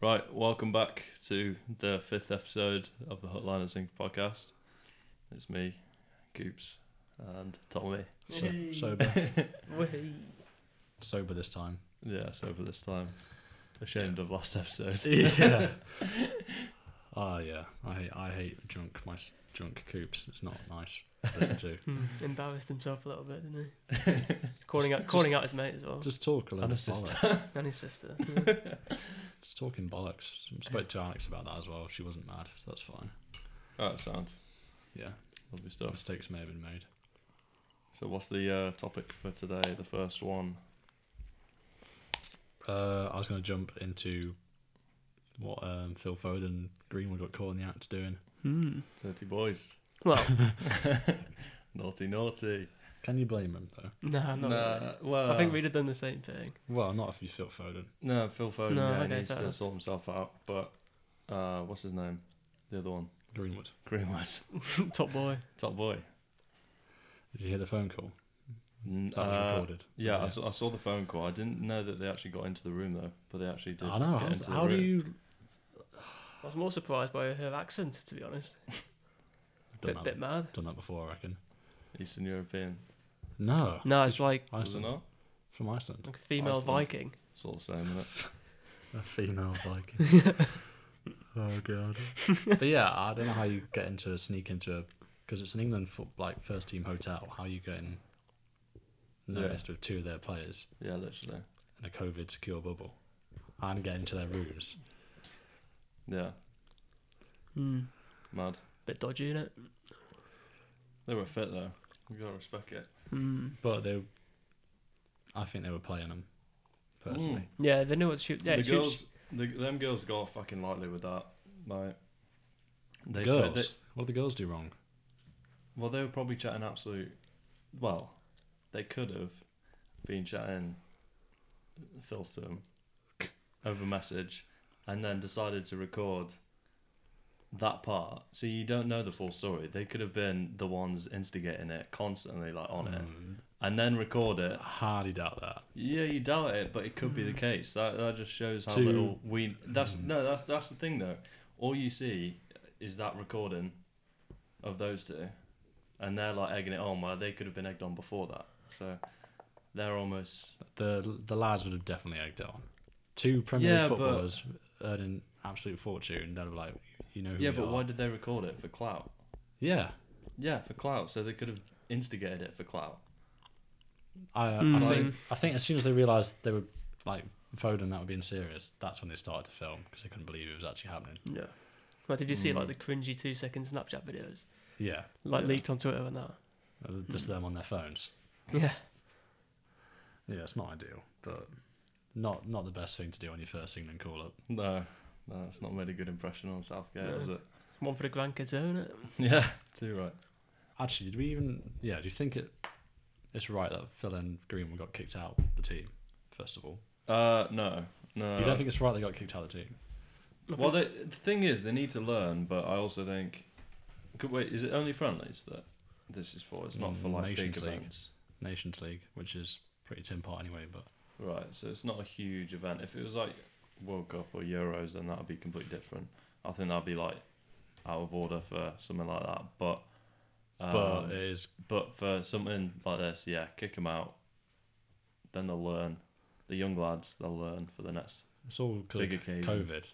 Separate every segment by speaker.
Speaker 1: Right, welcome back to the fifth episode of the Hotline and Sync podcast. It's me, Goops, and Tommy.
Speaker 2: So,
Speaker 3: Yay.
Speaker 2: sober,
Speaker 3: Whey.
Speaker 2: sober this time.
Speaker 1: Yeah, so for this time, ashamed of last episode.
Speaker 2: Yeah. Ah, yeah. I hate, I hate drunk my s- drunk coops. It's not nice to listen to.
Speaker 3: Hmm, embarrassed himself a little bit, didn't he? calling out, calling out his mate as well,
Speaker 2: Just talk a little
Speaker 1: And a
Speaker 2: bit
Speaker 1: sister.
Speaker 2: bollocks.
Speaker 3: and his sister. Yeah.
Speaker 2: Just talking bollocks. Spoke to Alex about that as well. She wasn't mad, so that's fine.
Speaker 1: Oh, sound.
Speaker 2: Yeah,
Speaker 1: Lovely stuff.
Speaker 2: mistakes may have been made.
Speaker 1: So, what's the uh, topic for today? The first one.
Speaker 2: Uh, I was going to jump into what um, Phil Foden Greenwood got caught in the act doing.
Speaker 3: Hmm.
Speaker 1: Dirty boys.
Speaker 3: Well,
Speaker 1: Naughty, naughty.
Speaker 2: Can you blame him though?
Speaker 3: nah, not really.
Speaker 1: nah, uh, well,
Speaker 3: I think we'd have done the same thing.
Speaker 2: Well, not if you Phil Foden.
Speaker 1: no, Phil Foden
Speaker 3: No,
Speaker 1: yeah,
Speaker 3: okay,
Speaker 1: needs
Speaker 3: fair
Speaker 1: to
Speaker 3: enough.
Speaker 1: sort himself out. But uh, what's his name? The other one,
Speaker 2: Greenwood.
Speaker 1: Greenwood,
Speaker 3: Top boy.
Speaker 1: top boy.
Speaker 2: Did you hear the phone call?
Speaker 1: N-
Speaker 2: That was
Speaker 1: uh,
Speaker 2: recorded.
Speaker 1: Yeah, I, saw, I saw the phone call. I didn't know that they actually got into the room though, but they actually did.
Speaker 2: I know.
Speaker 1: Get
Speaker 2: how's-
Speaker 1: into the
Speaker 2: How do
Speaker 1: room.
Speaker 2: you?
Speaker 3: I was more surprised by her accent, to be honest.
Speaker 2: Done
Speaker 3: Bit,
Speaker 2: that,
Speaker 3: bit mad.
Speaker 2: done that before, I reckon.
Speaker 1: Eastern European?
Speaker 2: No.
Speaker 3: No, it's like,
Speaker 1: Was it
Speaker 2: Iceland.
Speaker 1: not?
Speaker 2: From Iceland.
Speaker 3: like a female
Speaker 1: Iceland.
Speaker 3: Viking.
Speaker 1: It's all the same, isn't it?
Speaker 2: A female Viking. oh god. but yeah, I don't know how you get into sneak into because it's an England foot like first team hotel. How you getting
Speaker 1: Yeah.
Speaker 2: noticed with two of their players
Speaker 1: Yeah, literally.
Speaker 2: in a COVID secure bubble and get into their rooms?
Speaker 1: Yeah,
Speaker 3: Hmm.
Speaker 1: mad.
Speaker 3: Bit dodgy, innit?
Speaker 1: They were fit though. You gotta respect it.
Speaker 3: Hmm.
Speaker 2: But they, I think they were playing them personally.
Speaker 1: Hmm.
Speaker 3: Yeah, they knew what to shoot. Yeah,
Speaker 1: Mm. the
Speaker 3: she was-
Speaker 1: girls, the, them girls got fucking lightly with that. Like,
Speaker 2: The
Speaker 1: they,
Speaker 2: girls.
Speaker 1: they-
Speaker 2: what did the girls do wrong?
Speaker 1: well, they were probably chatting absolute. Well, they could have been chatting filth to 'em over message, and then decided to record that part. So you don't know the full story. They could have been the ones instigating it constantly, like on it,
Speaker 2: Mm,
Speaker 1: and then record it.
Speaker 2: Hardly doubt that.
Speaker 1: Yeah, you doubt it, but it could be the case. That that just shows how
Speaker 2: Two-
Speaker 1: little we. That's no, that's that's the thing though. All you see is that recording of those two, and they're like egging it on. Well, they could have been egged on before that, so they're almost.
Speaker 2: The the lads would have definitely egged it on. Two Premier
Speaker 1: Yeah,
Speaker 2: League
Speaker 1: but-
Speaker 2: footballers earning absolute fortune. They'd have like, you know who
Speaker 1: yeah,
Speaker 2: we
Speaker 1: but
Speaker 2: are.
Speaker 1: why did they record it for clout?
Speaker 2: Yeah,
Speaker 1: Yeah, for clout. So they could have instigated it for clout.
Speaker 2: I,
Speaker 1: Hmm.
Speaker 3: Mm.
Speaker 2: I think
Speaker 3: Like-
Speaker 2: I think as soon as they realised they were like Foden that were being serious, that's when they started to film because they couldn't believe it was actually happening.
Speaker 3: Yeah. Well, did you see
Speaker 1: Mm.
Speaker 3: like the cringy two second Snapchat videos?
Speaker 2: Yeah,
Speaker 3: Like
Speaker 1: Yeah.
Speaker 3: leaked on Twitter and that.
Speaker 2: Uh, just them on their phones.
Speaker 3: Yeah.
Speaker 2: Yeah, it's not ideal, but not not the best thing to do on your first England call up.
Speaker 1: No, no, it's not made a good impression on Southgate,
Speaker 3: No.
Speaker 1: has it?
Speaker 3: One for the grandkids, isn't it?
Speaker 1: Yeah, too right.
Speaker 2: Actually, did we even? Yeah, do you think it? It's right that Phil and Greenwood got kicked out the team. First of all,
Speaker 1: Uh, no, no.
Speaker 2: you don't think it's right they got kicked out of the team?
Speaker 3: I
Speaker 1: Well, they, the thing is, they need to learn, but I also think. Could, wait, is it only friendlies that this is for? It's not for like
Speaker 2: Nations
Speaker 1: big
Speaker 2: League.
Speaker 1: events,
Speaker 2: Nations League, which is pretty tin pot anyway. But
Speaker 1: right? So it's not a huge event. If it was like World Cup or Euros, then that'd be completely different. I think that'd be like out of order for something like that. But um,
Speaker 2: but it is
Speaker 1: but for something like this, yeah, kick them out. Then they'll learn. The young lads, they'll learn for the next.
Speaker 2: it's all because
Speaker 1: big
Speaker 2: of
Speaker 1: occasion.
Speaker 2: COVID.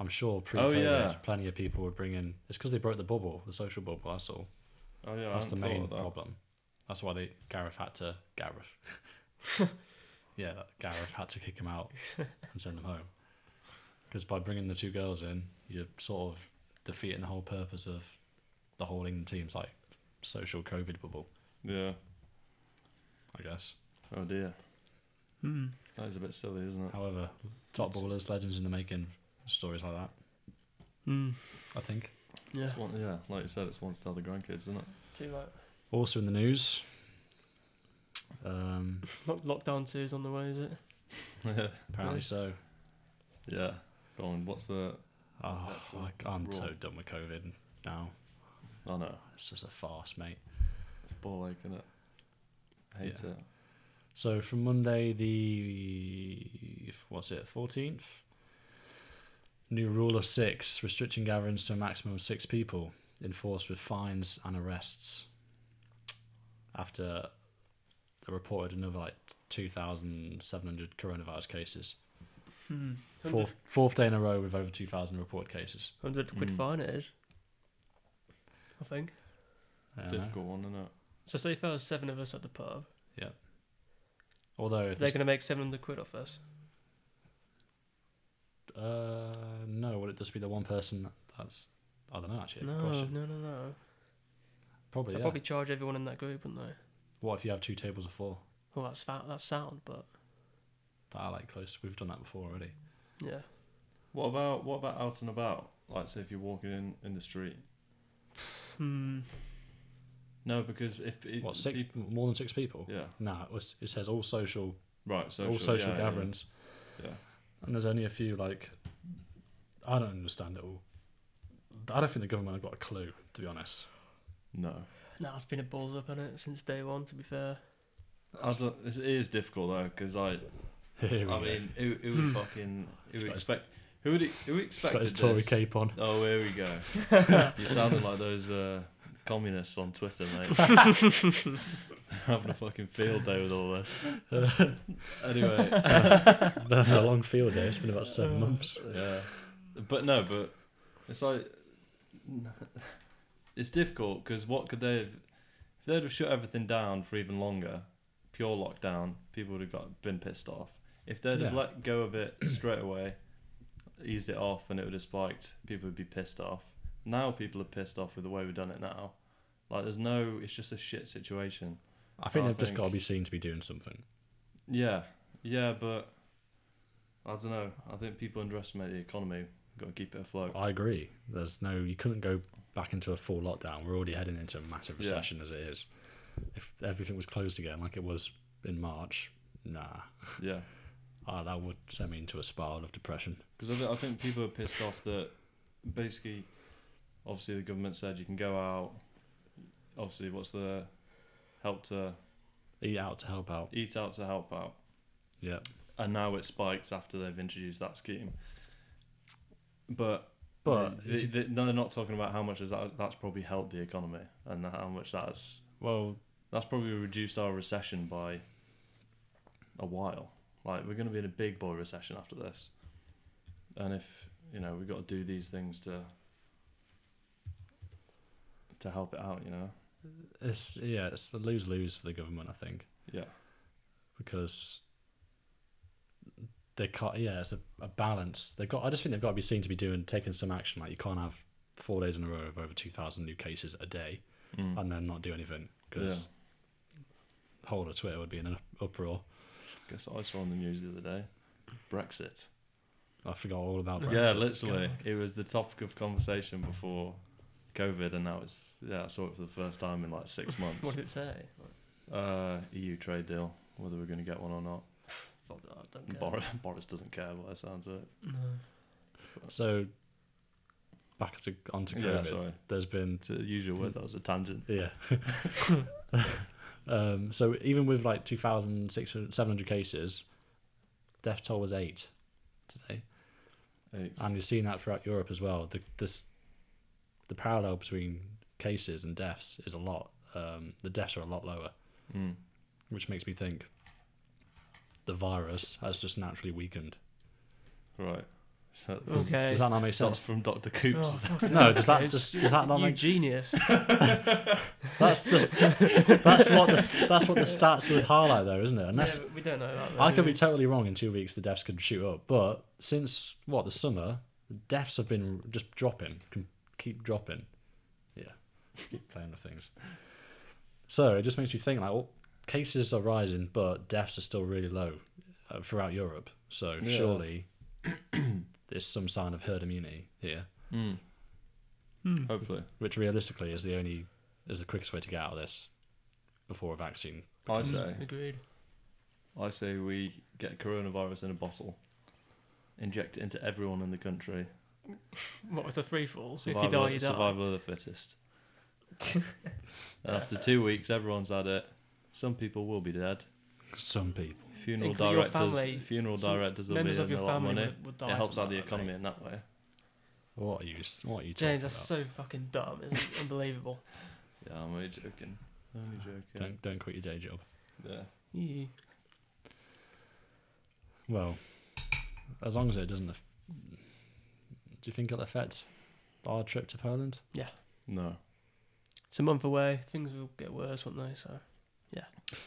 Speaker 2: I'm sure
Speaker 1: Oh,
Speaker 2: pre-COVID,
Speaker 1: yeah.
Speaker 2: plenty of people would bring in. It's because they broke the bubble, the social bubble. That's all.
Speaker 1: Oh yeah,
Speaker 2: That's
Speaker 1: I
Speaker 2: the
Speaker 1: hadn't thought
Speaker 2: main
Speaker 1: of that.
Speaker 2: problem. That's why they Gareth had to Gareth. yeah, Gareth had to kick him out and send him home. Because by bringing the two girls in, you're sort of defeating the whole purpose of the whole England team's like social COVID bubble.
Speaker 1: Yeah.
Speaker 2: I guess.
Speaker 1: Oh dear,
Speaker 3: Hmm.
Speaker 1: that is a bit silly, isn't it?
Speaker 2: However, top ballers, legends in the making, stories like that.
Speaker 3: Hmm.
Speaker 2: I think.
Speaker 3: Yeah.
Speaker 1: It's one, yeah, like you said, it's one to tell the grandkids, isn't it?
Speaker 3: Too right.
Speaker 2: Also in the news. Um,
Speaker 3: Lock, lockdown two is on the way, is it?
Speaker 2: apparently
Speaker 3: Yeah.
Speaker 2: so.
Speaker 1: Yeah. Go on. What's the?
Speaker 2: Oh,
Speaker 1: Exactly.
Speaker 2: I, I'm
Speaker 1: Raw.
Speaker 2: so done with COVID now.
Speaker 1: I know.
Speaker 2: It's just a farce, mate.
Speaker 1: It's ball ache, innit? Hate
Speaker 2: Yeah.
Speaker 1: it.
Speaker 2: So from Monday the what's it, fourteenth, New rule of six restricting gatherings to a maximum of six people, enforced with fines and arrests. After they reported another like 2,700 coronavirus cases.
Speaker 3: Hmm.
Speaker 2: Fourth,
Speaker 3: 100,
Speaker 2: fourth day in a row with over 2,000 reported cases.
Speaker 3: 100 quid
Speaker 2: Hmm.
Speaker 1: Mm.
Speaker 3: fine it is. I think.
Speaker 2: I don't know.
Speaker 1: Difficult one, isn't it?
Speaker 3: So say if there was seven of us at the pub,
Speaker 2: Although, if
Speaker 3: they're
Speaker 2: it's-
Speaker 3: going to make 700 quid off us.
Speaker 2: uh, no, would it just be the one person that's. I don't know actually.
Speaker 3: no,
Speaker 2: Question.
Speaker 3: no, no, no.
Speaker 2: Probably,
Speaker 3: They'll
Speaker 2: yeah.
Speaker 3: probably charge everyone in that group, wouldn't they?
Speaker 2: What if you have two tables of four
Speaker 3: Well, that's fa- that's sound, but
Speaker 2: that are like close? We've done that before already.
Speaker 3: yeah.
Speaker 1: What about what about out and about? Like, say if you're walking in in the street.
Speaker 3: Hmm.
Speaker 1: No, because if it,
Speaker 2: What six?
Speaker 1: peop-
Speaker 2: more than six people?
Speaker 1: yeah,
Speaker 2: No, it, was, it says all social,
Speaker 1: right. Social,
Speaker 2: all social
Speaker 1: yeah, yeah,
Speaker 2: gatherings,
Speaker 1: Yeah,
Speaker 2: and there's only a few. Like, I don't understand it all. I don't think the government have got a clue, to be honest.
Speaker 1: no.
Speaker 3: Nah, it's been a balls up in it since day one. To be fair,
Speaker 1: I don't, it's- it is difficult though, because I,
Speaker 2: Here we
Speaker 1: I
Speaker 2: go.
Speaker 1: mean, who, who would fucking who
Speaker 2: He's
Speaker 1: would
Speaker 2: got his-
Speaker 1: expect who would who
Speaker 2: He's
Speaker 1: expected
Speaker 2: got his Tory
Speaker 1: this?
Speaker 2: cape on.
Speaker 1: Oh, here we go. you sounded like those uh, communists on Twitter, mate. Having a fucking field day with all this. anyway,
Speaker 2: Been a long field day. It's been about seven months.
Speaker 1: yeah, but no, but it's like it's difficult because what could they have? If they'd have shut everything down for even longer, pure lockdown, people would have got been pissed off. If they'd have
Speaker 2: Yeah.
Speaker 1: let go of it straight away, eased it off, and it would have spiked, people would be pissed off. Now people are pissed off with the way we've done it now. Like there's no, it's just a shit situation.
Speaker 2: I think
Speaker 1: I
Speaker 2: they've just
Speaker 1: think-
Speaker 2: got to be seen to be doing something.
Speaker 1: Yeah, yeah, but I don't know. I think people underestimate the economy. Got to keep it afloat.
Speaker 2: I agree. There's no, you couldn't go back into a full lockdown. We're already heading into a massive
Speaker 1: Yeah.
Speaker 2: recession as it is. If everything was closed again, like it was in March, nah,
Speaker 1: Yeah.
Speaker 2: Ah, that would send me into a spiral of depression.
Speaker 1: Because I, th- I think people are pissed off that basically, obviously, the government said you can go out. Obviously, what's the help to
Speaker 2: Eat out to help out.
Speaker 1: eat out to help out?
Speaker 2: Yeah,
Speaker 1: And now it spikes after they've introduced that scheme. But
Speaker 2: but if
Speaker 1: they,
Speaker 2: you-
Speaker 1: they, no, they're not talking about how much is that that's probably helped the economy and how much that's
Speaker 2: well,
Speaker 1: that's probably reduced our recession by a while. Like we're going to be in a big boy recession after this, and if you know we've got to do these things to to help it out, you know.
Speaker 2: it's yeah, it's a lose lose for the government, I think,
Speaker 1: Yeah,
Speaker 2: because they can't. Yeah, it's a, a balance. They have got. I just think they've got to be seen to be doing taking some action. Like you can't have four days in a row of over two thousand new cases a day. and then not do anything because the whole of Twitter would be in an up- uproar.
Speaker 1: guess what I saw on the news the other day Brexit.
Speaker 2: I forgot all about Brexit.
Speaker 1: Yeah, literally, it was the topic of conversation before COVID, and now it's yeah. I saw it for the first time in like six
Speaker 3: what
Speaker 1: months.
Speaker 3: did it say?
Speaker 1: uh, EU trade deal, whether we're going to get one or not.
Speaker 3: Fuck that, I don't care.
Speaker 1: Boris, Boris doesn't care by the sounds of it.
Speaker 3: No.
Speaker 2: So back to onto
Speaker 1: Yeah,
Speaker 2: COVID.
Speaker 1: sorry.
Speaker 2: There's been
Speaker 1: It's a usual word. That was a tangent.
Speaker 2: yeah. um, so even with like 2,700 cases, death toll was eight today,
Speaker 1: It's,
Speaker 2: and you've seen that throughout Europe as well. The this the parallel between cases and deaths is a lot. Um, the deaths are a lot lower.
Speaker 1: mm,
Speaker 2: which makes me think the virus has just naturally weakened.
Speaker 1: right. So,
Speaker 2: Does,
Speaker 3: Okay.
Speaker 2: does that not make
Speaker 1: That's
Speaker 2: sense?
Speaker 1: from Dr. Coops.
Speaker 3: Oh, fucking
Speaker 2: No,
Speaker 3: hell,
Speaker 2: does that
Speaker 3: guys.
Speaker 2: does, does that not
Speaker 3: you
Speaker 2: make
Speaker 3: genius?
Speaker 2: that's just that's what the, that's what the stats would highlight though, isn't it?
Speaker 3: yeah,
Speaker 2: Unless
Speaker 3: but we don't know that. Though,
Speaker 2: I
Speaker 3: do
Speaker 2: could
Speaker 3: we?
Speaker 2: be totally wrong. In two weeks, the deaths could shoot up. But since what the summer, the deaths have been just dropping, can keep dropping. Yeah, keep playing with things. So it just makes me think like, well, cases are rising, but deaths are still really low uh, throughout Europe. So
Speaker 1: Yeah.
Speaker 2: surely there's some sign of herd immunity here,
Speaker 1: Mm.
Speaker 3: Hmm.
Speaker 1: Hopefully.
Speaker 2: which realistically is the only is the quickest way to get out of this before a vaccine.
Speaker 1: I say,
Speaker 3: Hmm, Agreed.
Speaker 1: I say we get coronavirus in a bottle, inject it into everyone in the country.
Speaker 3: What was a free fall? So if you
Speaker 1: Survival,
Speaker 3: die, you die.
Speaker 1: survival of the fittest. and after two weeks, everyone's had it. Some people will be dead.
Speaker 2: Some people.
Speaker 1: Funeral
Speaker 3: Including your
Speaker 1: directors,
Speaker 3: family,
Speaker 1: funeral
Speaker 3: some
Speaker 1: directors will be
Speaker 3: members of
Speaker 1: in
Speaker 3: your
Speaker 1: a lot of
Speaker 3: family
Speaker 1: money.
Speaker 3: would, would die.
Speaker 1: It helps
Speaker 3: from
Speaker 1: out the
Speaker 3: that, I think.
Speaker 1: economy in that way.
Speaker 2: What are you? What are you talking
Speaker 3: James, that's
Speaker 2: about?
Speaker 3: so fucking dumb. It's unbelievable.
Speaker 1: Yeah, I'm only joking. Only joking.
Speaker 2: Don't don't quit your day job.
Speaker 1: Yeah.
Speaker 3: You.
Speaker 2: Well, as long as it doesn't. aff- Do you think it'll affect our trip to Poland?
Speaker 1: No,
Speaker 3: It's a month away. Things will get worse, won't they? So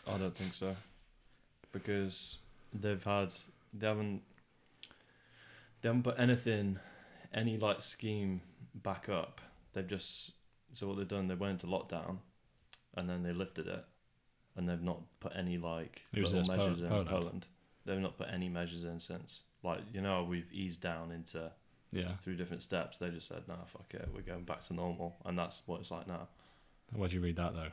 Speaker 1: I don't think so. Because they've had they haven't they haven't put anything any like scheme back up. They've just so what they've done, they went into lockdown and then they lifted it. And they've not put any like
Speaker 2: Who was
Speaker 1: little
Speaker 2: this?
Speaker 1: measures
Speaker 2: Pol-
Speaker 1: in
Speaker 2: Poland?
Speaker 1: Poland. They've not put any measures in since. Like, you know, we've eased down into
Speaker 2: Yeah.
Speaker 1: through different steps. They just said, nah, fuck it, we're going back to normal. And that's what it's like now
Speaker 2: Where'd you read that though?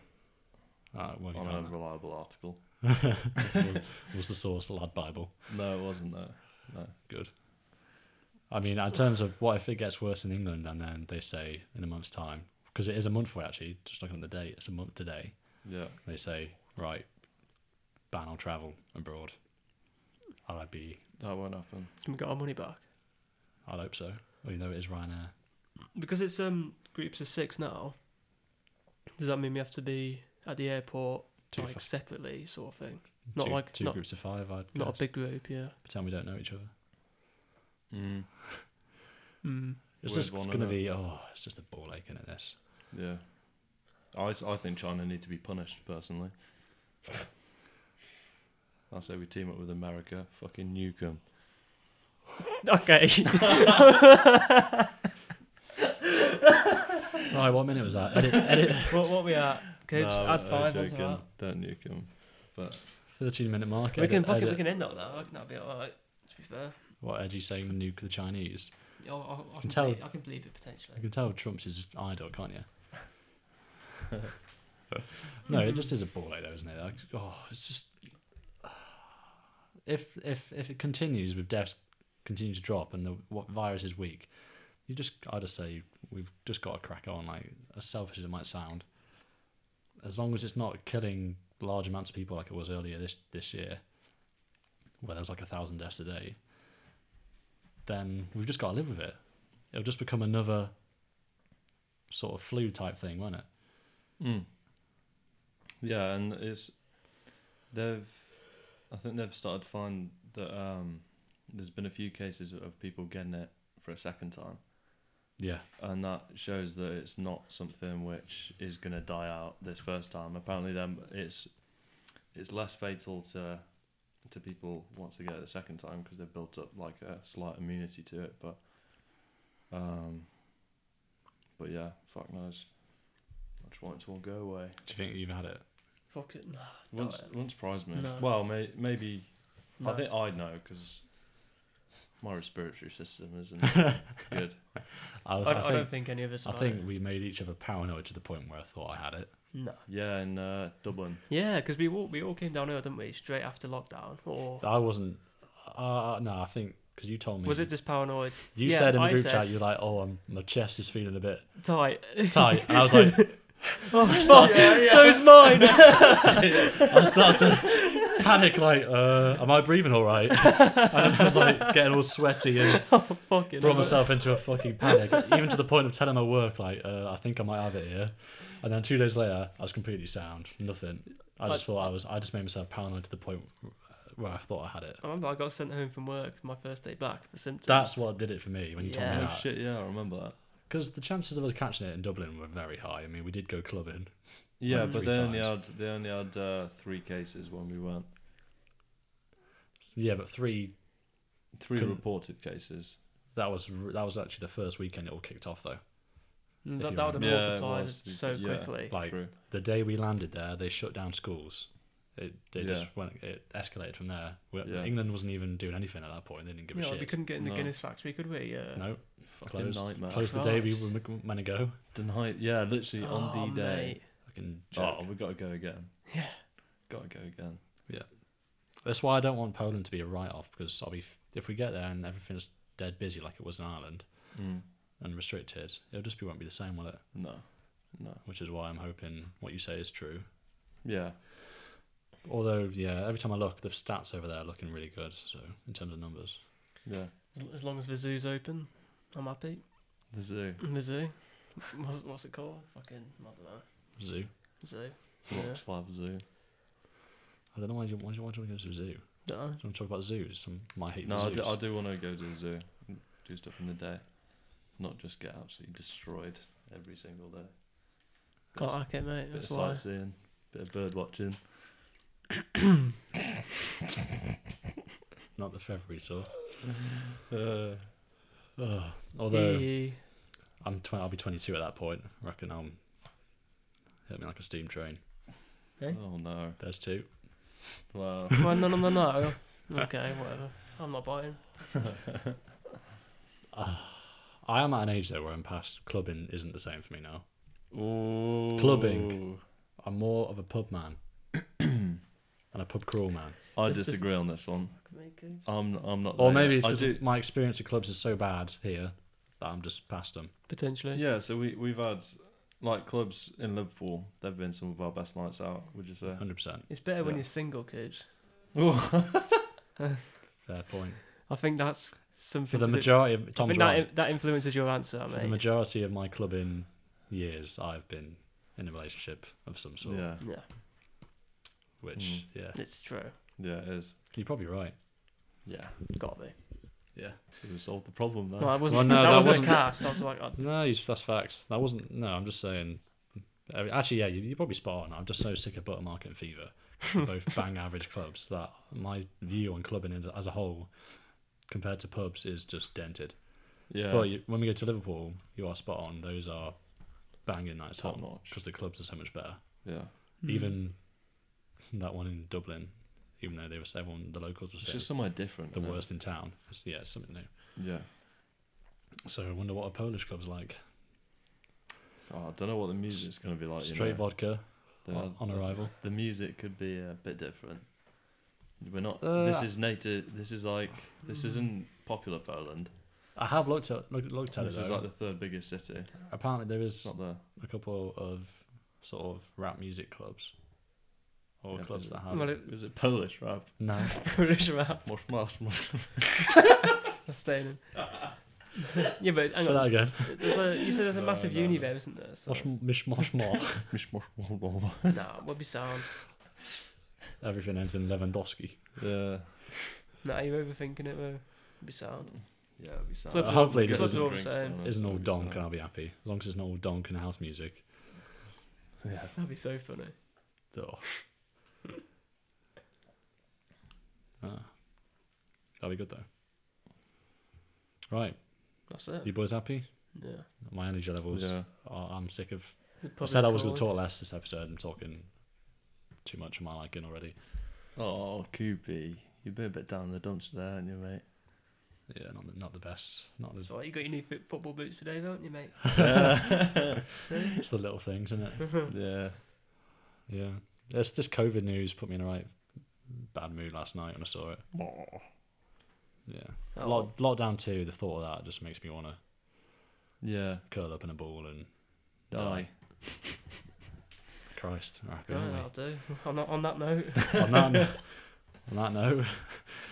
Speaker 2: Uh, where have
Speaker 1: on
Speaker 2: you
Speaker 1: a
Speaker 2: found
Speaker 1: reliable article.
Speaker 2: that? was the source lad Bible?
Speaker 1: No, it wasn't though. No.
Speaker 2: Good. I mean, in terms of what if it gets worse in England and then they say in a month's time, because it is a month away actually, just looking at the date, it's a month today.
Speaker 1: Yeah.
Speaker 2: They say, right, ban all travel abroad. I'd be,
Speaker 1: That won't happen.
Speaker 3: can we get our money back?
Speaker 2: I'd hope so. Well, you know, it is Ryanair.
Speaker 3: Because it's um groups of six now. Does that mean we have to be at the airport
Speaker 2: Two,
Speaker 3: like
Speaker 2: fi-
Speaker 3: separately, sort of thing? Not
Speaker 2: two-
Speaker 3: like-
Speaker 2: two
Speaker 3: not-
Speaker 2: groups of five. I'd
Speaker 3: Not
Speaker 2: guess.
Speaker 3: a big group, yeah.
Speaker 2: Pretend we don't know each other.
Speaker 1: Mm.
Speaker 3: Mm.
Speaker 2: It's
Speaker 1: Weird
Speaker 2: just
Speaker 1: one,
Speaker 2: going to
Speaker 1: isn't it?
Speaker 2: be oh, it's just a ball ache in this.
Speaker 1: Yeah. I, s- I think China need to be punished, personally. I say we team up with America, fucking nuke 'em.
Speaker 3: Okay.
Speaker 2: Right, what minute was that? Edit, edit.
Speaker 3: what what we at? Okay, just
Speaker 1: No,
Speaker 3: add
Speaker 1: I'm
Speaker 3: five onto
Speaker 1: joking.
Speaker 3: that.
Speaker 1: Don't nuke 'em. But
Speaker 2: Thirteen minute mark.
Speaker 3: we
Speaker 2: edit,
Speaker 3: can fucking
Speaker 2: edit.
Speaker 3: we can end on that. I think that'll be alright. To be fair,
Speaker 2: What Edgy saying? Nuke the Chinese.
Speaker 3: I, I, I,
Speaker 2: can
Speaker 3: can,
Speaker 2: tell-
Speaker 3: believe, I can believe it potentially.
Speaker 2: You can tell Trump's his idol, can't you? no, it just is a ball ache, though, isn't it? Like, oh, it's just if if if it continues with deaths continue to drop and the what virus is weak, you just I just say we've just got to crack on. Like as selfish as it might sound, as long as it's not killing large amounts of people like it was earlier this this year, where there's like a thousand deaths a day, then we've just got to live with it. It'll just become another sort of flu type thing, won't it?
Speaker 1: Mm. Yeah, and it's they've I think they've started to find that um, there's been a few cases of people getting it for a second time,
Speaker 2: Yeah.
Speaker 1: and that shows that it's not something which is going to die out this first time. Apparently, then it's it's less fatal to to people once they get it the second time because they've built up like a slight immunity to it. But um, but yeah, fuck knows. I just want it to all go away.
Speaker 2: Do you think you've had it?
Speaker 3: Fuck it. No,
Speaker 1: Wouldn't,
Speaker 3: Don't-
Speaker 1: wouldn't surprise me.
Speaker 3: No.
Speaker 1: Well, may, maybe
Speaker 3: no.
Speaker 1: I think I'd know because my respiratory system isn't good.
Speaker 2: I, was,
Speaker 3: I,
Speaker 2: I,
Speaker 3: I don't
Speaker 2: think,
Speaker 3: think any of us.
Speaker 2: I
Speaker 3: have had
Speaker 2: think we made each other paranoid to the point where I thought I had it.
Speaker 3: it. no.
Speaker 1: Yeah, in uh, Dublin.
Speaker 3: Yeah, because we all we all came down here, didn't we? Straight after lockdown, or
Speaker 2: I wasn't. Uh, no, I think because you told me.
Speaker 3: was it just paranoid?
Speaker 2: You
Speaker 3: yeah,
Speaker 2: said in the
Speaker 3: I
Speaker 2: group
Speaker 3: said-
Speaker 2: chat, you're like, oh, I'm, my chest is feeling a bit
Speaker 3: Tight.
Speaker 2: tight. And I was like,
Speaker 3: oh, So's mine.
Speaker 2: I started to panic, like, uh, am I breathing all right? And I was like, getting all sweaty and
Speaker 3: Fucking.
Speaker 2: brought myself into a fucking panic, even to the point of telling my work, like, uh, I think I might have it here. And then two days later, I was completely sound, nothing. I just
Speaker 3: I-
Speaker 2: thought I was, I just made myself paranoid to the point where I thought I had it.
Speaker 3: I remember I got sent home from work my first day back for symptoms.
Speaker 2: That's what did it for me when you told
Speaker 3: Yeah.
Speaker 2: me
Speaker 1: Oh
Speaker 2: that.
Speaker 1: shit! Yeah, I remember that.
Speaker 2: Because the chances of us catching it in Dublin were very high. I mean, we did go clubbing.
Speaker 1: Yeah,
Speaker 2: Like
Speaker 1: but
Speaker 2: three
Speaker 1: they only had they only had uh, three cases when we went.
Speaker 2: Yeah, but three,
Speaker 1: 3
Speaker 2: Couldn't-
Speaker 1: reported cases.
Speaker 2: that was r- that was actually the first weekend it all kicked off, though.
Speaker 3: Mm,
Speaker 2: if
Speaker 3: that,
Speaker 2: you
Speaker 3: that would have
Speaker 1: remember. Yeah, it
Speaker 3: multiplied
Speaker 1: was, to be
Speaker 3: so
Speaker 1: fair, yeah.
Speaker 3: quickly.
Speaker 2: Like,
Speaker 1: True.
Speaker 2: the day we landed there, they shut down schools. It, they just
Speaker 1: Yeah.
Speaker 2: went, it escalated from there. We-
Speaker 1: Yeah.
Speaker 2: England wasn't even doing anything at that point. They didn't give a
Speaker 3: yeah,
Speaker 2: shit.
Speaker 3: we couldn't get in the
Speaker 1: No.
Speaker 3: Guinness factory, could we? Uh, Yeah.
Speaker 2: No,
Speaker 1: Fucking
Speaker 2: closed.
Speaker 1: nightmare.
Speaker 2: Close the day we
Speaker 3: Christ.
Speaker 2: were m- meant to go.
Speaker 1: Tonight, yeah, literally
Speaker 3: Oh,
Speaker 1: on the day.
Speaker 3: mate.
Speaker 2: Fucking joke.
Speaker 1: Oh, we gotta go again.
Speaker 3: Yeah.
Speaker 1: Gotta go again.
Speaker 2: That's why I don't want Poland to be a write-off because I'll be f- if we get there and everything's dead busy like it was in Ireland
Speaker 1: Mm.
Speaker 2: and restricted, it'll just be won't be the same, will it?
Speaker 1: No, no.
Speaker 2: Which is why I'm hoping what you say is true.
Speaker 1: Yeah,
Speaker 2: Although, yeah, every time I look, the stats over there are looking really good. So in terms of numbers,
Speaker 1: yeah,
Speaker 3: As, as long as the zoo's open, I'm happy.
Speaker 1: The zoo.
Speaker 3: The zoo. What's, what's it called? Fucking, I don't know.
Speaker 2: Zoo.
Speaker 3: Zoo. Yeah.
Speaker 1: Wroclaw Zoo.
Speaker 2: I don't know why you, why do you want to go to a zoo.
Speaker 3: Dunno.
Speaker 2: I'm talking about zoos. I'm, my hate
Speaker 1: No,
Speaker 2: for
Speaker 1: I
Speaker 2: zoos.
Speaker 1: do, I do want to go to the zoo. and Do stuff in the day. Not just get absolutely destroyed every single day.
Speaker 3: Can't
Speaker 1: Bit of-
Speaker 3: like it, mate.
Speaker 1: bit
Speaker 3: That's
Speaker 1: of
Speaker 3: why.
Speaker 1: sightseeing, bit of bird watching.
Speaker 2: Not the February sort. uh, uh, although
Speaker 3: Eee.
Speaker 2: I'm 20, I'll be 22 at that point. I reckon I'm hit me like a steam train.
Speaker 3: Eh?
Speaker 1: Oh no.
Speaker 2: There's two.
Speaker 1: Well,
Speaker 3: well, no, no, no, no. Okay, whatever. I'm not buying.
Speaker 2: Ah. I am at an age though where I'm past clubbing isn't the same for me now.
Speaker 1: Ooh.
Speaker 2: Clubbing. I'm more of a pub man and a pub crawl man.
Speaker 1: I
Speaker 3: This- this-
Speaker 1: disagree on this one. I'm I'm not.
Speaker 2: Or
Speaker 1: there
Speaker 2: maybe
Speaker 1: yet.
Speaker 2: it's
Speaker 1: I do.
Speaker 2: because my experience at clubs is so bad here that I'm just past them.
Speaker 3: Potentially.
Speaker 1: Yeah, so we we've had like clubs in Liverpool. They've been some of our best nights out. Would you say?
Speaker 2: 100%.
Speaker 3: It's better when
Speaker 1: Yeah.
Speaker 3: you're single, kids.
Speaker 2: Fair point.
Speaker 3: I think that's something.
Speaker 2: For the
Speaker 3: to do-
Speaker 2: majority of
Speaker 3: I
Speaker 2: Tom's
Speaker 3: think
Speaker 2: right.
Speaker 3: that, that influences your answer,
Speaker 2: For the
Speaker 3: mate.
Speaker 2: majority of my clubbing years, I've been in a relationship of some sort.
Speaker 1: yeah,
Speaker 3: yeah, Mm.
Speaker 2: Which, yeah,
Speaker 3: it's true.
Speaker 1: yeah, it is.
Speaker 2: you're probably right.
Speaker 1: Yeah,
Speaker 3: Gotta be.
Speaker 2: Yeah.
Speaker 1: so we solved the problem there.
Speaker 3: Well, I wasn't,
Speaker 2: Uh, Well, no,
Speaker 3: that,
Speaker 2: that
Speaker 3: wasn't,
Speaker 2: wasn't-
Speaker 3: a cast. I was like, I,
Speaker 2: No, he's, that's facts. That wasn't. No, I'm just saying. I mean, actually, yeah, you, you're probably spot on. I'm just so sick of Buttermarket and Fever, both bang average clubs, that my view on clubbing in- as a whole compared to pubs is just dented.
Speaker 1: yeah,
Speaker 2: But you, when we go to Liverpool, you are spot on. Those are banging nights
Speaker 1: top
Speaker 2: out
Speaker 1: notch.
Speaker 2: because the clubs are so much better.
Speaker 1: Yeah,
Speaker 2: Even that one in Dublin, even though they were everyone the locals were
Speaker 1: it's
Speaker 2: saying
Speaker 1: just somewhere different.
Speaker 2: the
Speaker 1: isn't it?
Speaker 2: worst in town. It's, yeah, it's something new.
Speaker 1: Yeah.
Speaker 2: So I wonder what a Polish club's like.
Speaker 1: Oh, I don't know what the music's going to be like.
Speaker 2: Straight
Speaker 1: you know.
Speaker 2: vodka
Speaker 1: The-
Speaker 2: on, on arrival.
Speaker 1: The music could be a bit different. We're not.
Speaker 2: Uh, mm.
Speaker 1: this is native. This is like. This isn't popular Poland.
Speaker 2: I have looked at looked, looked at
Speaker 1: This
Speaker 2: it.
Speaker 1: is
Speaker 2: though.
Speaker 1: like the third biggest city.
Speaker 2: Apparently, there
Speaker 1: It's
Speaker 2: is
Speaker 1: not there.
Speaker 2: a couple of sort of rap music clubs or
Speaker 1: Yeah,
Speaker 2: clubs
Speaker 1: is
Speaker 2: that
Speaker 1: it-
Speaker 2: have
Speaker 3: Well, it-
Speaker 1: Is it Polish rap?
Speaker 2: no.
Speaker 3: Polish rap.
Speaker 1: Mosh, mosh, mosh.
Speaker 3: That's staying in. yeah, but hang
Speaker 2: Say that
Speaker 3: on.
Speaker 2: again.
Speaker 3: There's a, you said there's a
Speaker 1: No,
Speaker 3: massive
Speaker 1: no,
Speaker 3: uni
Speaker 1: no.
Speaker 3: there, isn't there? So.
Speaker 2: Mosh, mish, mosh, more.
Speaker 1: Mish, mosh, mosh, mosh.
Speaker 3: nah, would be sound.
Speaker 2: Everything ends in Lewandowski.
Speaker 1: Yeah.
Speaker 3: Nah, you're overthinking it, though. Would be sound.
Speaker 1: Yeah, it'd be sad.
Speaker 3: Clubs
Speaker 2: Uh, hopefully this
Speaker 1: Get
Speaker 2: isn't-
Speaker 1: some
Speaker 3: all the
Speaker 1: drinks
Speaker 3: same.
Speaker 1: down,
Speaker 2: Isn't all
Speaker 1: it'd be
Speaker 2: donk,
Speaker 1: sad.
Speaker 2: and I'll be happy. As long as it's not all donk and house music.
Speaker 1: Yeah.
Speaker 3: That'd be so funny.
Speaker 2: Duh. Ah. That'll be good though. Right,
Speaker 3: That's it.
Speaker 2: you boys happy?
Speaker 3: Yeah.
Speaker 2: My energy levels.
Speaker 1: Yeah.
Speaker 2: Are, I'm sick of
Speaker 3: The
Speaker 2: I
Speaker 3: public
Speaker 2: said I was going to
Speaker 3: call.
Speaker 2: talk less this episode. I'm talking too much of my liking already.
Speaker 1: Oh, Koopy. You've been a bit down in the dumps there, haven't you, mate?
Speaker 2: Yeah, not the, not the best. Not
Speaker 3: It's
Speaker 2: the,
Speaker 3: all right, you got your new fit football boots today, don't you, mate?
Speaker 2: it's the little things, isn't it?
Speaker 1: yeah.
Speaker 2: Yeah. This this COVID news put me in a right bad mood last night when I saw it. Yeah.
Speaker 3: Oh,
Speaker 2: Lock, lockdown two. The thought of that just makes me want to
Speaker 1: Yeah.
Speaker 2: curl up in a ball and
Speaker 1: Die.
Speaker 2: Christ, we're happy,
Speaker 3: right,
Speaker 2: aren't we?
Speaker 3: I'll do. On that, on that note,
Speaker 2: on that, on that note,